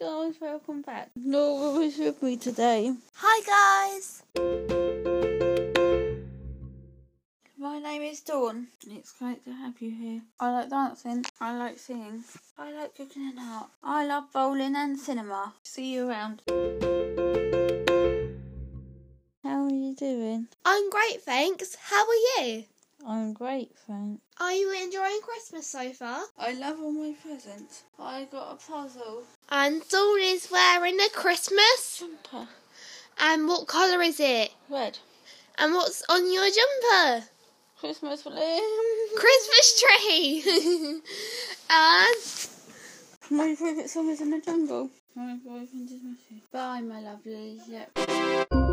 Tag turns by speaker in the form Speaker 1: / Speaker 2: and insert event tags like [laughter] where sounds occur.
Speaker 1: guys, welcome back. Laura is with me today.
Speaker 2: Hi guys!
Speaker 1: My name is Dawn. It's great to have you here. I like dancing. I like singing. I like cooking and art. I love bowling and cinema. See you around. How are you doing?
Speaker 2: I'm great, thanks. How are you?
Speaker 1: I'm great, thanks.
Speaker 2: Are you enjoying Christmas so far?
Speaker 1: I love all my presents. I got a puzzle.
Speaker 2: And Dawn is wearing a Christmas.
Speaker 1: Jumper.
Speaker 2: And what colour is it?
Speaker 1: Red.
Speaker 2: And what's on your jumper?
Speaker 1: Christmas balloon.
Speaker 2: Christmas tree! [laughs] and
Speaker 1: [laughs] My favourite song is in the jungle. My boyfriend is messy. Bye, my lovely. Yep.